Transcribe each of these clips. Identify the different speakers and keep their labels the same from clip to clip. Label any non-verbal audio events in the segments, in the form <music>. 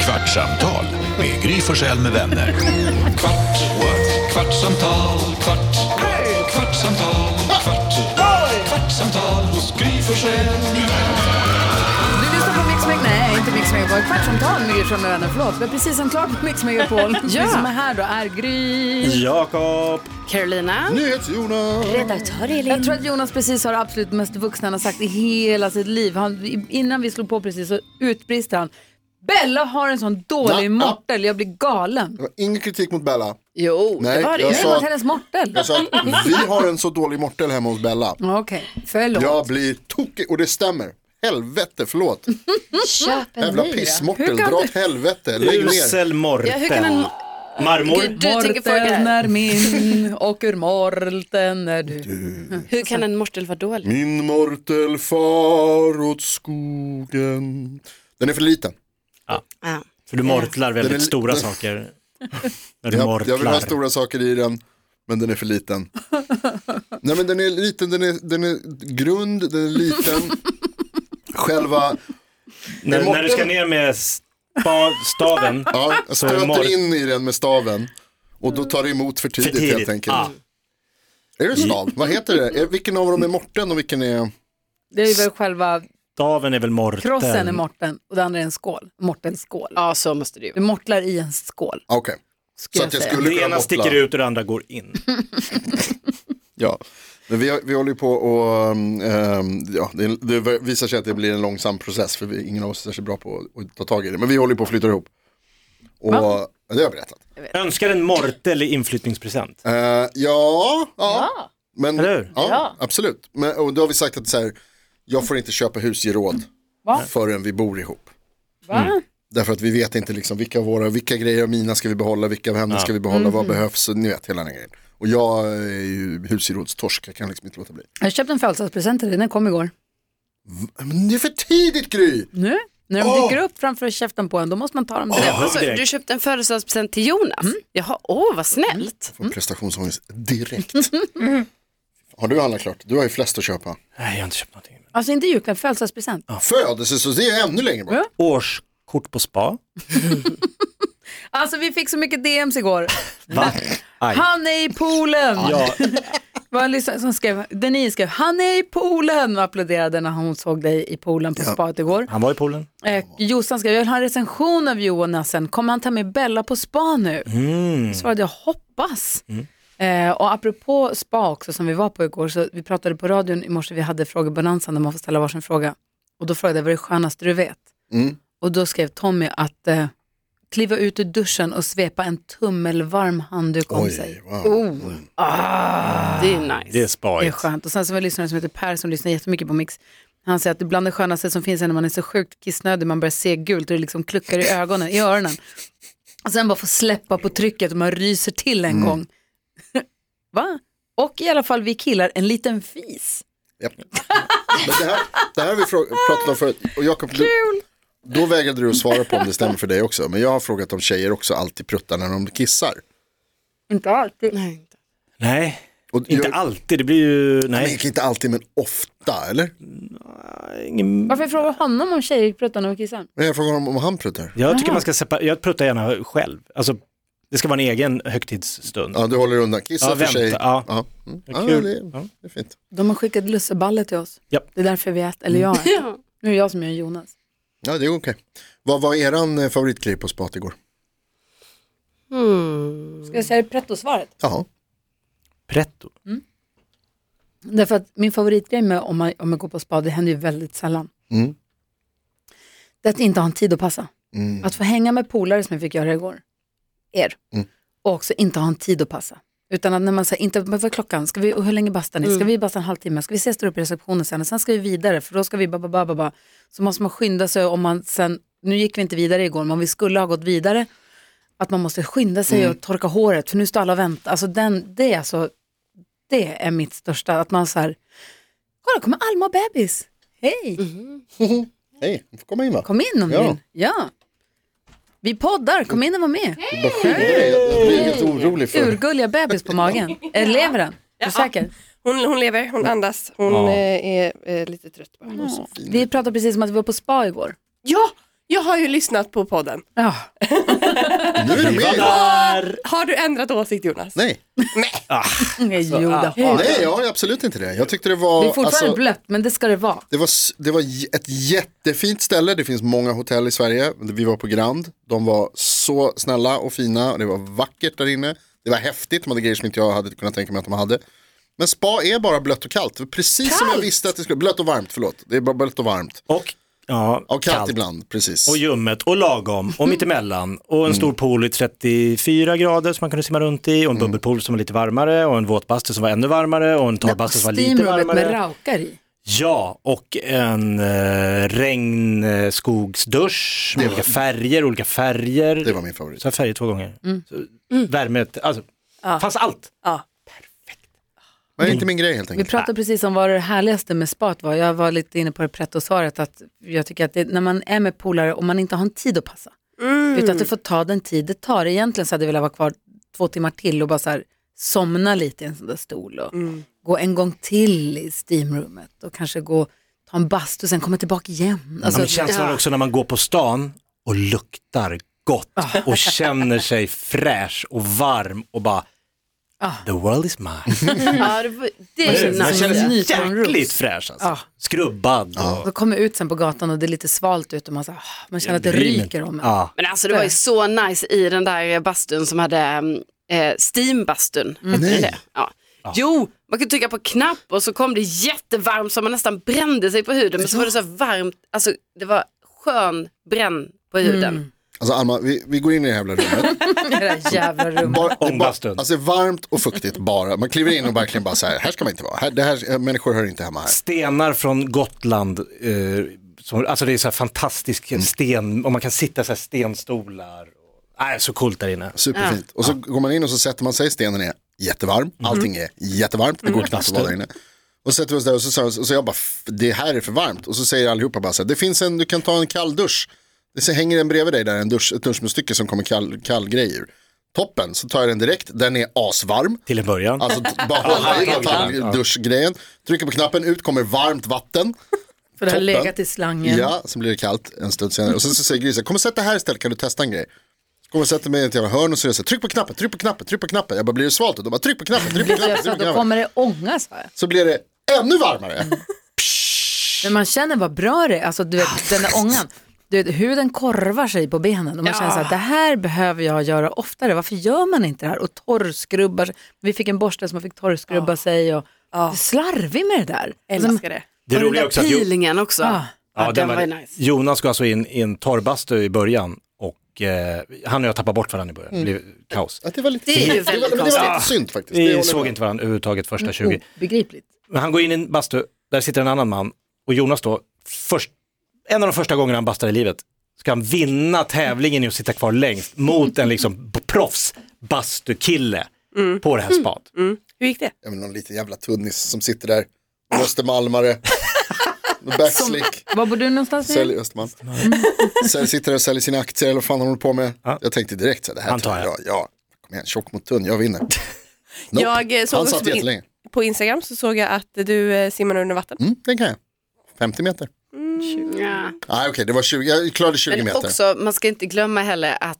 Speaker 1: Kvartsamtal med Gry Forssell med vänner. Kvart, what? kvartsamtal, kvart, what? kvartsamtal, kvart, what? kvartsamtal, Gry Forssell med vänner.
Speaker 2: Du lyssnar på Mix Megapol, nej inte Mix Megapol, Kvartsamtal med Gry Forssell med vänner, förlåt. Vi har precis en klart på Mix <laughs> Megapol. Vi som är här då är Gry.
Speaker 3: Jakob.
Speaker 4: Carolina.
Speaker 3: NyhetsJonas.
Speaker 4: Redaktör Elin.
Speaker 2: Jag tror att Jonas precis har det absolut mest vuxna han har sagt i hela sitt liv. Han, innan vi slog på precis så utbrister han. Bella har en sån dålig
Speaker 5: Na-
Speaker 2: mortel, jag blir galen.
Speaker 5: Det var ingen kritik mot Bella.
Speaker 4: Jo,
Speaker 5: Nej,
Speaker 4: det var det.
Speaker 5: jag
Speaker 2: Det
Speaker 5: sa-
Speaker 2: var hennes mortel.
Speaker 5: Jag sa att vi har en så dålig mortel hemma hos Bella.
Speaker 2: Okej, förlåt.
Speaker 5: Jag blir tokig och det stämmer. Helvete, förlåt.
Speaker 4: Köp en
Speaker 5: Jävla
Speaker 4: ny.
Speaker 5: pissmortel,
Speaker 2: Hur kan
Speaker 5: dra
Speaker 2: du-
Speaker 5: åt helvete, lägg ner.
Speaker 3: Usel
Speaker 4: Ja, hur kan en...
Speaker 3: mortel. Marmor.
Speaker 4: Gud, du tänker fråga
Speaker 2: Morteln
Speaker 4: här.
Speaker 2: är min och ur morteln är du.
Speaker 4: Hur kan en mortel vara dålig?
Speaker 5: Min mortel far åt skogen. Den är för liten.
Speaker 4: Ja.
Speaker 3: För du mortlar väldigt
Speaker 5: Den är-
Speaker 3: stora
Speaker 5: den- <laughs>
Speaker 3: saker. När du
Speaker 5: Jag, jag vill ha
Speaker 3: mortlar.
Speaker 5: stora saker i den, men den är för liten. Nej men den är liten, den är, den är grund, den är liten. Själva,
Speaker 3: När, när du ska
Speaker 5: morteln-
Speaker 3: ner med spa, staven.
Speaker 5: ja, jag
Speaker 3: Så är det mor-
Speaker 5: stöter in i den med staven. Och då tar det emot för
Speaker 3: För
Speaker 5: <laughs> tidigt,
Speaker 3: tidigt.
Speaker 5: helt enkelt.
Speaker 3: Ah, Mm.
Speaker 5: Är det stav? Vad heter det? Är- Vilken av dem är morten och vilken är...
Speaker 2: Det är väl själva
Speaker 3: staven är väl morteln.
Speaker 2: krossen i morteln och det andra är en skål, mortelskål.
Speaker 4: ja, så måste det ju
Speaker 2: Du
Speaker 4: vara.
Speaker 2: mortlar i en skål.
Speaker 5: Ah, Okej. Så
Speaker 2: jag
Speaker 5: att jag
Speaker 2: säga.
Speaker 5: skulle
Speaker 3: Det
Speaker 5: kunna
Speaker 3: ena
Speaker 5: mortla.
Speaker 3: sticker ut och det andra går in.
Speaker 5: Ja. Men vi, har- vi håller ju på och... um, um, ja, det, det visar sig att det blir en långsam process för vi, ingen av oss är så bra på att, att ta tag i det. Men vi håller ju på att flytta ihop. Och, ja, det har jag berättat.
Speaker 3: Önskar en mortel i inflyttningspresent.
Speaker 5: Eh, ja, ja, Men,
Speaker 3: Eller
Speaker 5: ja,
Speaker 3: hur?
Speaker 5: absolut. Men, och då har vi sagt att så här, jag får inte köpa hus i råd
Speaker 2: Va?
Speaker 5: förrän vi bor ihop. Mm.
Speaker 2: Va?
Speaker 5: Därför att vi vet inte liksom vilka, våra, vilka grejer av mina ska vi behålla, vilka av henne ska vi behålla, vad
Speaker 2: Mm.
Speaker 5: behövs, ni vet hela den grejen. Och jag är ju husgerådstorsk, jag kan liksom inte låta bli.
Speaker 2: Jag köpte en födelsedagspresent till dig, den kom igår.
Speaker 5: Men det är för tidigt Gry!
Speaker 2: Nu, när de
Speaker 5: Åh!
Speaker 2: dyker upp framför käften på en, då måste man ta dem direkt.
Speaker 3: Jag
Speaker 4: Alltså,
Speaker 3: hugg
Speaker 4: du
Speaker 3: direkt.
Speaker 4: köpte en födelsedagspresent till Jonas? Jaha, åh vad snällt.
Speaker 5: Får prestationsångest direkt. Har du handlat klart? Du har ju flest att köpa.
Speaker 3: Nej, jag har inte köpt någonting.
Speaker 2: Alltså inte julklapp, födelsedagspresent.
Speaker 5: Födelse, så det är ännu längre bort.
Speaker 2: Ja.
Speaker 3: Årskort på spa.
Speaker 2: Alltså vi fick så mycket DMs igår.
Speaker 5: <laughs>
Speaker 3: Va? Aj.
Speaker 2: Han är i poolen!
Speaker 3: Ja,
Speaker 2: Var liksom, som skrev, Denise skrev, han är i poolen och applåderade när hon såg dig i poolen på spaet igår.
Speaker 3: han var i poolen.
Speaker 2: Eh, Jossan skrev, jag vill ha en recension av Jonasen, kommer han ta med Bella på spa nu? Mm. Svarade jag, hoppas.
Speaker 5: Mm.
Speaker 2: Eh, och apropå spa också som vi var på igår, så vi pratade på radion i morse, vi hade frågebonanza där man får ställa varsin fråga. Och då frågade jag, vad är det skönaste du vet?
Speaker 5: Mm.
Speaker 2: Och då skrev Tommy att eh, kliva ut ur duschen och svepa en tummelvarm handduk om sig.
Speaker 5: Oj, wow.
Speaker 2: Oh,
Speaker 4: Det är nice.
Speaker 3: Det är
Speaker 2: det är
Speaker 3: spaigt.
Speaker 2: skönt. Och sen så var det en lyssnare som heter Per som lyssnar jättemycket på Mix. Han säger att det bland det skönaste som finns är när man är så sjukt kissnödig, man börjar se gult och det liksom kluckar i ögonen, i öronen. Och sen bara få släppa på trycket och man ryser till en gång. <laughs> Va? Och i alla fall vi killar en liten fis.
Speaker 5: Japp. Men det, här, det här har vi frå- pratat om förut. Och Jakob, du, då vägrade du att svara på om det stämmer för dig också. Men jag har frågat om tjejer också alltid pruttar när de kissar.
Speaker 2: Inte alltid.
Speaker 4: Nej, inte.
Speaker 3: Nej,
Speaker 5: Och
Speaker 3: inte
Speaker 5: jag,
Speaker 3: alltid. Det blir ju... Nej.
Speaker 5: men Inte alltid, men ofta, eller?
Speaker 3: Ingen...
Speaker 2: Varför frågar du honom om tjejer pruttar när de kissar?
Speaker 5: Men jag frågar om, om han pruttar.
Speaker 3: Jag tycker man ska separera, jag pruttar gärna själv. Alltså, det ska vara en egen högtidsstund.
Speaker 5: Ja, du håller undan. Kissa
Speaker 3: Ja,
Speaker 5: för sig.
Speaker 3: vänta, ja.
Speaker 5: Mm.
Speaker 3: Det
Speaker 5: ja
Speaker 3: är
Speaker 5: det,
Speaker 3: kul.
Speaker 5: är-
Speaker 3: Ja.
Speaker 5: det är fint.
Speaker 2: De har skickat lusseballe till oss.
Speaker 3: Japp.
Speaker 2: Det är därför vi äter, eller jag <laughs> äter.
Speaker 4: Ja.
Speaker 2: Nu är det jag som gör Jonas.
Speaker 5: Ja, det är okej. Vad var eran eh, favoritgrej på spat igår?
Speaker 4: Mm.
Speaker 2: Ska jag säga pretto-svaret?
Speaker 5: Jaha.
Speaker 3: Pretto.
Speaker 2: Därför att min favoritgrej med om man, om man går på spa, det händer ju väldigt sällan.
Speaker 5: Mm.
Speaker 2: Det är att inte ha en tid att passa.
Speaker 5: Mm.
Speaker 2: Att få hänga med polare som jag fick göra igår, er,
Speaker 5: Mm.
Speaker 2: och också inte ha en tid att passa. Utan att när man säger, inte, men vad är klockan? Ska vi, och hur länge bastar ni? Ska vi basta en halvtimme? Ska vi ses där uppe i receptionen sen? Och sen ska vi vidare, för då ska vi ba, ba, ba, ba, ba. Så måste man skynda sig om man sen, nu gick vi inte vidare igår, men om vi skulle ha gått vidare, att man måste skynda
Speaker 5: Mm.
Speaker 2: sig och torka håret, för nu står alla och väntar. Alltså den, det är alltså, det är mitt största, att man så här, kolla kommer Alma och bebis, hej!
Speaker 5: Hej, du får komma in va?
Speaker 2: Kom in om du
Speaker 5: Ja.
Speaker 2: vill. Ja. Vi poddar, kom in och var med.
Speaker 5: Du bara skydda dig, jag jag blir helt orolig för
Speaker 2: Urgulliga bebis på magen. Eller lever den? Är du säker?
Speaker 6: Hon, hon lever, hon andas, hon
Speaker 3: Ja.
Speaker 6: eh, är eh, lite trött bara.
Speaker 2: Vi pratade precis om att vi var på spa igår.
Speaker 6: Ja, jag har ju lyssnat på podden.
Speaker 2: Ja.
Speaker 5: Nu är du med!
Speaker 3: Där!
Speaker 6: Har du ändrat åsikt Jonas?
Speaker 5: Nej,
Speaker 2: Nej, jo, det har
Speaker 5: nej jag har absolut inte det. Jag tyckte det var...
Speaker 2: Det är fortfarande
Speaker 5: alltså-
Speaker 2: blött, men det ska det vara.
Speaker 5: Det var, s- det var j- ett jättefint ställe, det finns många hotell i Sverige. Vi var på Grand, de var så snälla och fina, det var vackert där inne. Det var häftigt, de hade grejer som inte jag hade kunnat tänka mig att de hade. Men spa är bara blött och kallt, Det var precis som jag visste att det skulle, blött och varmt, förlåt. Det är bara blött och varmt.
Speaker 3: Och, ja,
Speaker 5: Och kallt, ibland, precis.
Speaker 3: Och ljummet och lagom och mittemellan. Och
Speaker 5: Mm.
Speaker 3: en stor pool i 34 grader som man kunde simma runt i.
Speaker 5: Mm.
Speaker 3: Och en bubbelpool som var lite varmare. Och en våtbastu som var ännu varmare. Och en torrbastu som var lite
Speaker 2: Steamrollet med
Speaker 3: varmare.
Speaker 2: raukar i.
Speaker 3: Ja, och en eh, regnskogsdusch med olika färger, olika färger.
Speaker 5: Det var min favorit.
Speaker 3: Så jag färger två gånger. Så, Värme, alltså, fanns allt.
Speaker 5: Men det är inte min grej helt
Speaker 2: Vi
Speaker 5: enkelt.
Speaker 2: pratade precis om vad det härligaste med spat var. Jag var lite inne på det pretto-svaret att jag tycker att det, när man är med polare och man inte har en tid att passa.
Speaker 3: Mm.
Speaker 2: Utan att det får ta den tid det tar. Egentligen så hade jag velat vara kvar två timmar till och bara så här, somna lite i en sån där stol och
Speaker 3: Mm.
Speaker 2: gå en gång till i steamroomet och kanske gå ta en bastu och sen komma tillbaka igen.
Speaker 3: Ja,
Speaker 2: Alltså,
Speaker 3: men känslan
Speaker 2: ja.
Speaker 3: också när man går på stan och luktar gott
Speaker 2: <laughs>
Speaker 3: och känner sig fräsch och varm och bara
Speaker 2: Ah.
Speaker 3: the world
Speaker 2: <laughs>
Speaker 3: is mine.
Speaker 4: Ja, det, var- det är
Speaker 2: Eller hur?
Speaker 3: Man
Speaker 2: nice.
Speaker 3: känner sig
Speaker 2: Nytronros.
Speaker 3: jäkligt fräsch alltså.
Speaker 2: Ja.
Speaker 3: Skrubbad. Och,
Speaker 2: Då kommer jag ut sen på gatan och det är lite svalt ute och man, så här, ah, man känner att det
Speaker 3: Bryr mig.
Speaker 2: ryker om en. <laughs>
Speaker 3: Ja.
Speaker 4: Men alltså det var ju så nice i den där bastun som hade eh, steambastun. Hette
Speaker 5: Nej.
Speaker 4: det? Ja. Jo, man kunde trycka på knapp och så kom det jättevarmt så man nästan brände sig på huden. Men så var det så här varmt, alltså det var skön bränn på huden.
Speaker 5: Alltså Alma, vi, vi går in i det här jävla
Speaker 3: <laughs>
Speaker 5: rummet.
Speaker 2: Det där jävla rummet.
Speaker 5: Bara, det är bara,
Speaker 3: Ångbastun.
Speaker 5: alltså varmt och fuktigt bara. Man kliver in och verkligen bara så här, här ska man inte vara. Här, det här, människor hör inte hemma här.
Speaker 3: Stenar från Gotland, eh, som, alltså det är så här fantastisk sten, och man kan sitta så här stenstolar. Och, nej, så coolt där inne.
Speaker 5: Superfint. Och så går man in och så sätter man sig, stenen är jättevarm, allting är jättevarmt, det går knappt att vara där inne. Och så sätter vi oss där och så, sa- och så jag bara, "F- det här är för varmt. Och så säger allihopa bara så här, det finns en, du kan ta en kall dusch. Det så hänger en bredvid dig där, en dusch, ett duschmunstycke som kommer kall, kall grej ur. Toppen, så tar jag den direkt, den är asvarm.
Speaker 3: Till en början.
Speaker 5: Alltså t- bara <laughs> hålla i
Speaker 3: Ja, ja, ja.
Speaker 5: kall- duschgrejen, trycker på knappen, ut kommer varmt vatten.
Speaker 2: För det har
Speaker 5: Toppen.
Speaker 2: legat i slangen.
Speaker 5: Ja, så blir det kallt en stund senare. Och sen så säger grisen, kom och sätt dig här istället, kan du testa en grej? Så kommer och sätter mig i ett jävla hörn och så är det så här, tryck på knappen, tryck på knappen, tryck på knappen. Jag bara, blir det svalt? Och de bara, tryck på knappen, tryck på
Speaker 2: Så
Speaker 5: knappen,
Speaker 2: jag sa,
Speaker 5: tryck på
Speaker 2: då
Speaker 5: knappen.
Speaker 2: kommer det ånga sa jag.
Speaker 5: Så blir det ännu varmare.
Speaker 2: Men man känner vad bra det är, alltså du vet den där ångan. Du vet, huden korvar sig på benen och man känner så här, det här behöver jag göra oftare, varför gör man inte det här? Och torrskrubbar sig. Vi fick en borste som man fick torrskrubba sig och slarvig med det där. Alltså,
Speaker 6: Älskar det.
Speaker 3: det
Speaker 4: och den där
Speaker 3: Jo-
Speaker 4: peelingen också.
Speaker 2: Ah.
Speaker 4: Ja, den, var ju
Speaker 3: var-
Speaker 4: nice.
Speaker 3: Jonas går alltså in i en torrbastu i början och eh, han och jag tappade bort varandra i början. Det blev kaos.
Speaker 5: Att det var lite,
Speaker 4: Det är ju
Speaker 5: var-
Speaker 4: väldigt
Speaker 5: men det var lite
Speaker 3: konstigt.
Speaker 5: synd faktiskt. Det håller
Speaker 3: Vi
Speaker 5: jag
Speaker 3: såg
Speaker 5: med.
Speaker 3: inte varandra överhuvudtaget första 20.
Speaker 2: Obegripligt.
Speaker 3: Men han går in i en bastu, där sitter en annan man och Jonas då, först, en av de första gångerna han bastar i livet, ska han vinna tävlingen i att sitta kvar längst mot en liksom proffs bastukille på det här spat.
Speaker 6: Hur gick det?
Speaker 5: Ja, men någon liten jävla tunnis som sitter där, Östermalmare, med backslick.
Speaker 2: Var bor du någonstans nu?
Speaker 5: Säljer Östermalm. Sen sitter där och säljer sina aktier eller vad fan han håller på med.
Speaker 3: Ja.
Speaker 5: Jag tänkte direkt så här, det här
Speaker 3: Han tar
Speaker 5: jag. Ja, kom igen, tjock mot tunn, jag vinner. Nope.
Speaker 6: Jag, eh, såg
Speaker 5: han
Speaker 6: också
Speaker 5: satt
Speaker 6: på in-
Speaker 5: jättelänge.
Speaker 6: På Instagram så såg jag att du eh, simmar under vatten.
Speaker 5: Mm, den kan jag. 50 meter.
Speaker 4: Ja.
Speaker 5: Nej okej, det var 20, jag klarade 20
Speaker 4: Men
Speaker 5: meter.
Speaker 4: också, man ska inte glömma heller att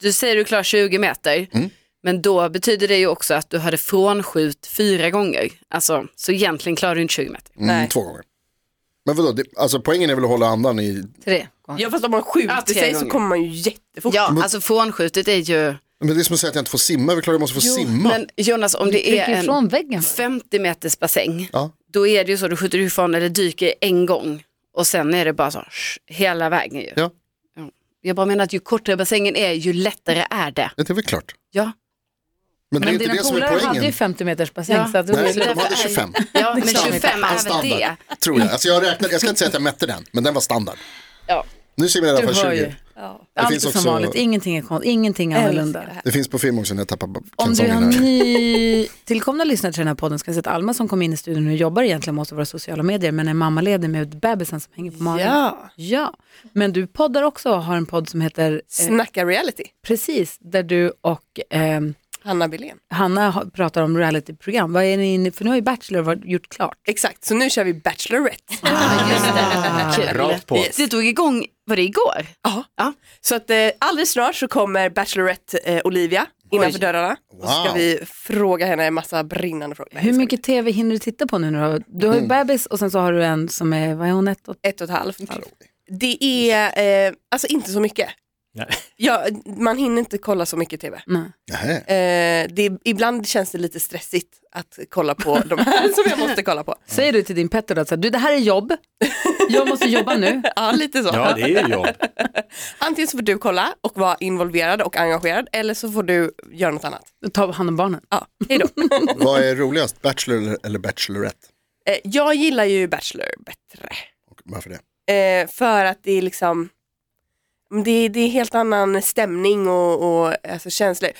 Speaker 4: du säger du klarar 20 meter,
Speaker 5: Mm.
Speaker 4: men då betyder det ju också att du hade frånskjut fyra gånger. Alltså, så egentligen klarar du inte 20 meter.
Speaker 5: Mm, Två gånger. Men vadå, det, alltså poängen är väl att hålla andan i...
Speaker 2: Tre gånger.
Speaker 6: Ja fast om man
Speaker 4: Ja,
Speaker 6: skjuter
Speaker 4: tre
Speaker 6: sig så
Speaker 4: gånger.
Speaker 6: kommer man ju jättefort.
Speaker 4: Ja, alltså frånskjutet är ju...
Speaker 5: Men det är som att säga att jag inte får simma, vi klarar jag måste få simma.
Speaker 4: Men Jonas, om det
Speaker 2: Tryck
Speaker 4: är en
Speaker 2: ifrån väggen.
Speaker 4: 50 meters bassäng,
Speaker 5: Ja.
Speaker 4: då är det ju så, du skjuter ifrån eller dyker en gång och sen är det bara så, sh, hela vägen ju.
Speaker 5: Ja.
Speaker 4: Ja. Jag bara menar att ju kortare bassängen är, ju lättare är det.
Speaker 5: Det är väl klart.
Speaker 4: Ja.
Speaker 5: Men det är
Speaker 2: Men
Speaker 5: inte
Speaker 2: dina
Speaker 5: det som är
Speaker 2: polare hade ju
Speaker 5: poängen.
Speaker 2: 50 meters bassäng.
Speaker 4: Ja.
Speaker 2: Så att
Speaker 4: Det
Speaker 5: Nej, de
Speaker 4: är-
Speaker 5: hade 25.
Speaker 4: Ja, men
Speaker 2: klart.
Speaker 4: 25
Speaker 5: En
Speaker 4: är väl det.
Speaker 5: standard, tror jag. Alltså jag räknade, jag ska inte säga att jag mätte den, men den var standard.
Speaker 4: Ja.
Speaker 5: Nu simmar jag i alla
Speaker 2: Du hör
Speaker 5: fall
Speaker 2: ju.
Speaker 5: 20.
Speaker 2: Allt är
Speaker 5: finns
Speaker 2: som
Speaker 5: också-
Speaker 2: vanligt, ingenting är konstigt, ingenting annorlunda.
Speaker 6: Älskar det här.
Speaker 5: Det finns på film också när jag tappar
Speaker 2: Om du har
Speaker 5: kalsongen här.
Speaker 2: nytillkomna lyssnare till den här podden ska jag säga att Alma som kom in i studion och jobbar egentligen med oss och våra sociala medier men är mammaledig med bebisen som hänger på magen.
Speaker 6: Ja.
Speaker 2: Ja. Men du poddar också och har en podd som heter eh,
Speaker 6: Snacka reality.
Speaker 2: Precis, där du och ehm,
Speaker 6: Hanna Billén.
Speaker 2: Hanna har- pratar om realityprogram. Vad är ni inne För nu har ju Bachelor varit- gjort klart.
Speaker 6: Exakt, så nu kör vi Bachelorette.
Speaker 4: Ah, Kul.
Speaker 3: Rakt på.
Speaker 4: Det drog igång, var det igår?
Speaker 6: Ja.
Speaker 4: Ja.
Speaker 6: Så att eh, alldeles snart så kommer Bachelorette eh, Olivia innanför dörrarna. Och så ska
Speaker 5: Wow.
Speaker 6: vi fråga henne en massa brinnande frågor. Nej,
Speaker 2: Hur
Speaker 6: det ska
Speaker 2: mycket tv hinner du titta på nu? när Du har, du har ju bebis och sen så har du en som är, vad är hon, ett och
Speaker 6: bli Ett och ett halvt. Det är eh, alltså inte så mycket.
Speaker 3: Nej.
Speaker 6: Ja, man hinner inte kolla så mycket tv.
Speaker 3: Mm.
Speaker 2: Nej.
Speaker 5: Nähä.
Speaker 6: Eh, det, ibland känns det lite stressigt att kolla på de här
Speaker 3: <laughs>
Speaker 6: som jag måste kolla på.
Speaker 2: Säger du till din Petter då att så här, du, det här är jobb, jag måste jobba nu.
Speaker 6: Ja, lite så.
Speaker 3: Ja, det är ju jobb.
Speaker 6: Antingen så får du kolla och vara involverad och engagerad eller så får du göra något annat.
Speaker 2: Ta hand om barnen.
Speaker 6: Ja, hejdå.
Speaker 5: Vad är roligast, Bachelor eller- eller Bachelorette?
Speaker 6: Eh, jag gillar ju Bachelor bättre.
Speaker 5: Och varför det?
Speaker 6: Eh, för att det är liksom, men det, det är helt annan stämning och, och alltså känslor.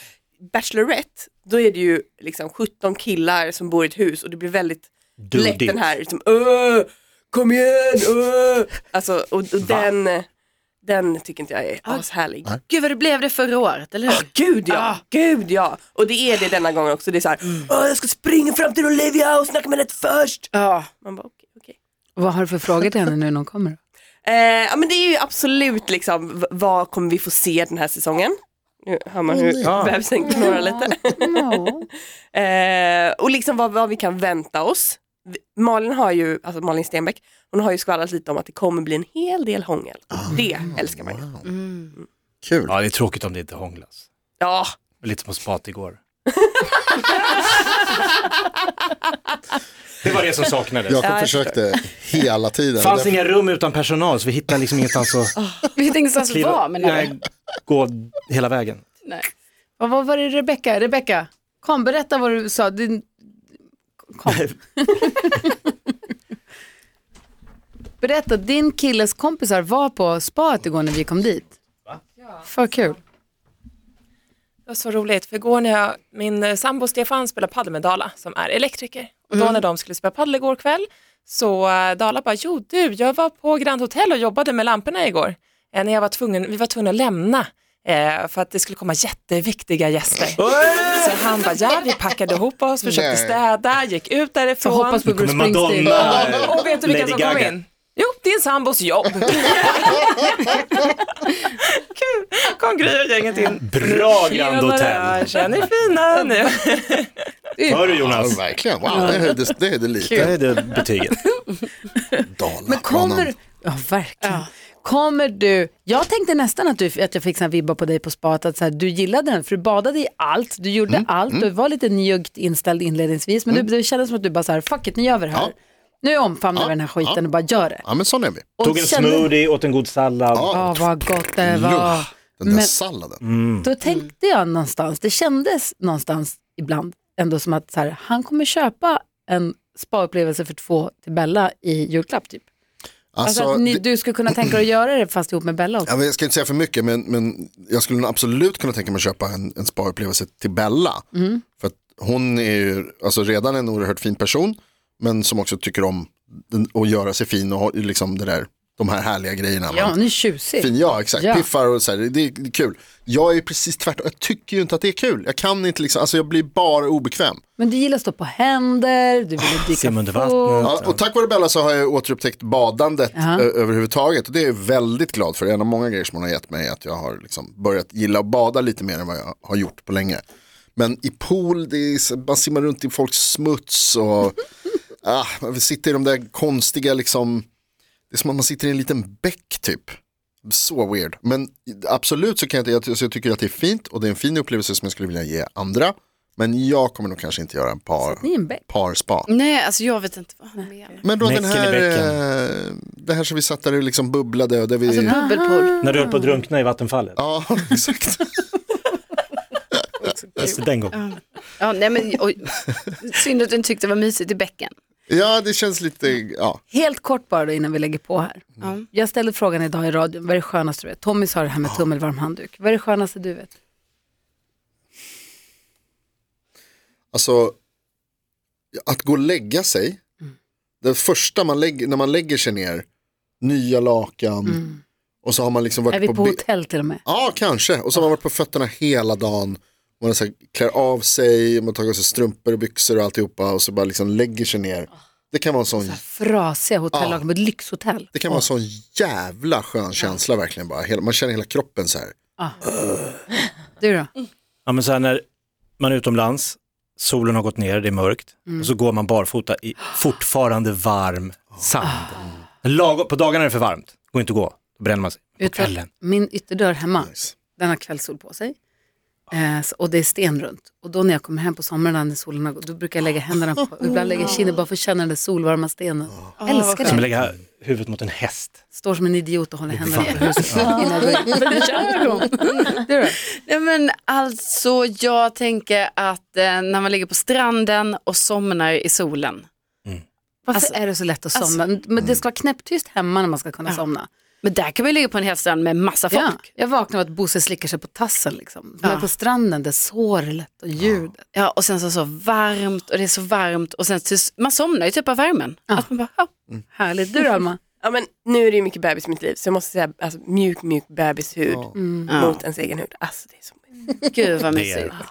Speaker 6: Bachelorette, då är det ju liksom 17 killar som bor i ett hus och det blir väldigt lätt
Speaker 3: Dudigt.
Speaker 6: den här, liksom, "Åh, kom igen, öh. alltså, och, och
Speaker 3: Va?
Speaker 6: den, den tycker inte jag är ashärlig.
Speaker 4: Gud vad det blev det förra året, eller hur?
Speaker 6: Gud ja, gud ja. Och det är det denna gången också. Det är så här, "Åh, jag ska springa fram till Olivia och snacka med henne först.
Speaker 4: Ja.
Speaker 6: Man bara okej, okej.
Speaker 2: Vad har du för frågor till henne nu när hon <laughs> kommer?
Speaker 6: Eh, ja men det är ju absolut liksom, v- vad kommer vi få se den här säsongen? Nu hör man hur
Speaker 3: Ja.
Speaker 6: bebisen knorrar lite.
Speaker 2: No.
Speaker 6: <laughs> Eh, och liksom vad, vad vi kan vänta oss. Vi- Malin har ju, alltså Malin Stenbeck, hon har ju skvallrat lite om att det kommer bli en hel del hångel. Det älskar man ju.
Speaker 5: Kul.
Speaker 3: Ja, det är tråkigt om det inte hånglas.
Speaker 6: Ja,
Speaker 3: Lite som spat igår. det var det som saknades.
Speaker 5: Jakob
Speaker 6: jag
Speaker 5: försökte hela tiden.
Speaker 3: Det fanns
Speaker 5: Därför-
Speaker 3: inga rum utan personal så vi hittade liksom ingenstans att
Speaker 4: Vi tänkte ingenstans att vara
Speaker 3: kliva,
Speaker 4: men nej.
Speaker 3: nej, gå hela vägen.
Speaker 4: nej.
Speaker 2: Vad vad var det Rebecka? Rebecka, kom berätta vad du sa. Din... Kom. berätta, din killes kompisar var på spaet igår när vi kom dit. Va? För kul.
Speaker 7: Det var så roligt, för igår när jag, min eh, sambo Stefan spelar padel med Dala som är elektriker. Och
Speaker 3: Mm.
Speaker 7: då när de skulle spela padel igår kväll så eh, Dala bara, jo du, jag var på Grand Hotel och jobbade med lamporna igår. Eh, när jag var tvungen, vi var tvungna att lämna eh, för att det skulle komma jätteviktiga gäster. Så han bara, ja vi packade ihop oss, försökte
Speaker 5: Nej.
Speaker 7: städa, gick ut
Speaker 2: Jag
Speaker 7: därifrån.
Speaker 2: hoppas på Bruce
Speaker 3: Kommer
Speaker 2: Springsteen.
Speaker 3: Madonna, eh,
Speaker 7: Och vet du vilka
Speaker 3: Lady
Speaker 7: som kom
Speaker 3: Gaga.
Speaker 7: in? Jo, din sambos
Speaker 3: <laughs>
Speaker 7: jobb. Kul, kom Gry och gänget in.
Speaker 3: Bra Grand Hotel.
Speaker 7: Tjenare, ni är fina. Ni.
Speaker 3: Hör du
Speaker 5: Ja,
Speaker 3: Jonas?
Speaker 5: verkligen. Wow, det höjde, det höjde lite.
Speaker 3: Där är det betyget.
Speaker 5: Dalarna.
Speaker 2: Men kommer, ja verkligen. Kommer du, jag tänkte nästan att, du, att jag fick sån här vibbar på dig på spat, att så här, du gillade den, för du badade i allt, du gjorde
Speaker 3: Mm.
Speaker 2: allt, du var lite njuggt inställd inledningsvis, men du, det kändes som att du bara så här, fuck it, nu gör vi det här.
Speaker 5: Ja.
Speaker 2: Nu omfamnar
Speaker 5: Ja,
Speaker 2: vi den här skiten
Speaker 5: ja.
Speaker 2: och bara gör det.
Speaker 5: Ja men sån är vi.
Speaker 2: Och
Speaker 3: Tog en
Speaker 2: kände-
Speaker 3: smoothie, åt en god sallad.
Speaker 5: Ja, Mm.
Speaker 2: Ja, vad gott det var.
Speaker 5: lunch. Den
Speaker 2: Men-
Speaker 5: där
Speaker 2: Mm.
Speaker 5: salladen.
Speaker 2: Då tänkte jag någonstans, det kändes någonstans ibland ändå som att så här, han kommer köpa en spa-upplevelse för två till Bella i julklapp typ. Alltså,
Speaker 5: Alltså,
Speaker 2: att ni,
Speaker 5: det-
Speaker 2: du skulle kunna tänka dig att göra det fast ihop med Bella också.
Speaker 5: ja, men jag ska inte säga för mycket men, men jag skulle nog absolut kunna tänka mig att köpa en, en spa-upplevelse till Bella.
Speaker 2: Mm.
Speaker 5: För att hon är ju alltså, redan en oerhört fin person men som också tycker om den- att göra sig fin och ha, liksom det där, de här härliga grejerna.
Speaker 2: Ja,
Speaker 5: Man-
Speaker 2: hon är tjusig.
Speaker 5: Fin, ja exakt,
Speaker 2: Ja.
Speaker 5: piffar och så här, det är det är kul. Jag är ju precis tvärtom, jag tycker ju inte att det är kul. Jag kan inte liksom, alltså jag blir bara obekväm.
Speaker 2: Men du gillar att stå på händer, du vill
Speaker 5: Ah,
Speaker 2: dyka
Speaker 3: Simon under
Speaker 2: på.
Speaker 5: Ja, och tack vare Bella så har jag återupptäckt badandet
Speaker 2: Jaha.
Speaker 5: ö- överhuvudtaget. Och det är jag väldigt glad för. En av många grejer som hon har gett mig är att jag har liksom börjat gilla att bada lite mer än vad jag har gjort på länge. Men i pool, det är, så- man simmar runt i folks smuts och ah, man sitter i de där konstiga liksom, det är som att man sitter i en liten bäck typ. Så weird. Men absolut så kan jag inte, jag, jag tycker att det är fint och det är en fin upplevelse som jag skulle vilja ge andra. Men jag kommer nog kanske inte göra en par,
Speaker 2: Ni är en bäck.
Speaker 5: par spa.
Speaker 4: nej, alltså jag vet inte vad han menar.
Speaker 5: Men då den
Speaker 3: Näcken i
Speaker 5: här,
Speaker 3: bäcken.
Speaker 5: eh, det här som vi satt där och liksom bubblade och där vi...
Speaker 4: Alltså bubbelpool.
Speaker 3: När du höll på att drunkna i vattenfallet.
Speaker 5: <laughs> Ja, exakt.
Speaker 3: Just den gången.
Speaker 4: Ja, nej, men, oj. Synd att du inte tyckte det var mysigt i bäcken.
Speaker 5: Ja, det känns lite, ja.
Speaker 2: Helt kort bara då innan vi lägger på här.
Speaker 4: Ja.
Speaker 2: Jag ställde frågan idag i radion, vad är det skönaste du vet? Tommy sa det här
Speaker 5: Ah.
Speaker 2: med tummelvarm handduk. Vad är det skönaste du vet?
Speaker 5: Alltså, att gå och lägga sig. Det första man lägger, när man lägger sig ner, nya lakan. Och så har man liksom
Speaker 2: Är
Speaker 5: varit
Speaker 2: vi
Speaker 5: på...
Speaker 2: på
Speaker 5: bi-
Speaker 2: hotell till och med?
Speaker 5: Ja, kanske. Och så har man varit på fötterna hela dagen. Man har så här, klär av sig, man tar av sig strumpor och byxor och alltihopa och så bara liksom lägger sig ner. Det kan vara en sån,
Speaker 2: Alltså, Frasiga
Speaker 5: Ah.
Speaker 2: hotellag, ett lyxhotell.
Speaker 5: det kan vara en sån jävla skön känsla verkligen bara. Hela, man känner hela kroppen så här.
Speaker 2: Du då?
Speaker 3: Ja, men så här, när man är utomlands, solen har gått ner, det är mörkt, och så går man barfota i fortfarande varm sand. Lagom, på dagarna är det för varmt, går inte att gå, då bränner man sig. På
Speaker 2: Utan-
Speaker 3: kvällen.
Speaker 2: Min ytterdörr hemma,
Speaker 5: Nice.
Speaker 2: den har kvällssol på sig. Eh, s- och det är stenrunt. Och då när jag kommer hem på somrarna när solen har gått, då brukar jag lägga händerna på,
Speaker 3: <laughs>
Speaker 2: och ibland lägga kinden bara för att känna den där solvarma stenen. Älskar
Speaker 3: Som att
Speaker 2: det.
Speaker 3: lägga huvudet mot en häst.
Speaker 2: Står som en idiot och håller händerna på huset. <laughs> innan jag går in. Vad gör hon? Du då?
Speaker 4: Nej, men alltså jag tänker att eh, när man ligger på stranden och somnar i solen.
Speaker 2: Varför är det så lätt att somna? Alltså, mm. Men det ska vara knäpptyst hemma när man ska kunna somna.
Speaker 4: Men där kan man ju ligga på en hel strand med massa folk.
Speaker 2: Ja,
Speaker 4: Ja.
Speaker 2: jag vaknar av att Bosse slickar sig på tassen. Liksom. Men på stranden, det är sorlet och ljudet.
Speaker 4: och sen så, så varmt och det är så varmt och sen tills, man somnar ju typ av värmen. Att man bara, ja.
Speaker 2: Härligt. Du då, Alma?
Speaker 6: Ja, men nu är det ju mycket bebis i mitt liv så jag måste säga alltså, mjuk, mjuk bebishud mot ens egen hud. Alltså, det är så
Speaker 4: gud vad
Speaker 3: Det är-
Speaker 4: mysigt.
Speaker 2: <laughs>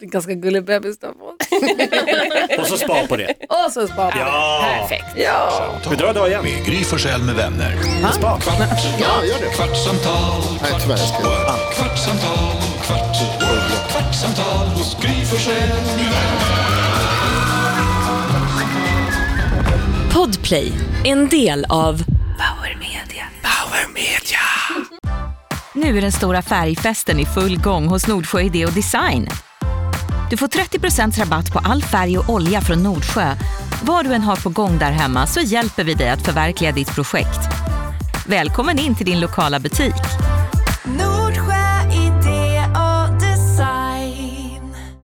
Speaker 2: Det är en ganska gullig bebis du har fått.
Speaker 3: Och så spa på det.
Speaker 2: Och så spa.
Speaker 3: Ja,
Speaker 1: Kvartsamtal
Speaker 3: vi drar idag igen.
Speaker 1: med Gry Forssell med vänner.
Speaker 3: Spa.
Speaker 1: Kvart,
Speaker 5: Ja, gör det.
Speaker 1: kvartsamtal,
Speaker 5: Nej, tyvärr, jag ska-
Speaker 1: kvart, kvartsamtal, kvart, kvartsamtal hos Gry Forssell med vänner.
Speaker 8: Podplay, en del av Nu är den stora färgfesten i full gång hos Nordsjö Idé och Design. Du får 30 rabatt på all färg och olja från Nordsjö. Vad du än har på gång där hemma så hjälper vi dig att förverkliga ditt projekt. Välkommen in till din lokala butik.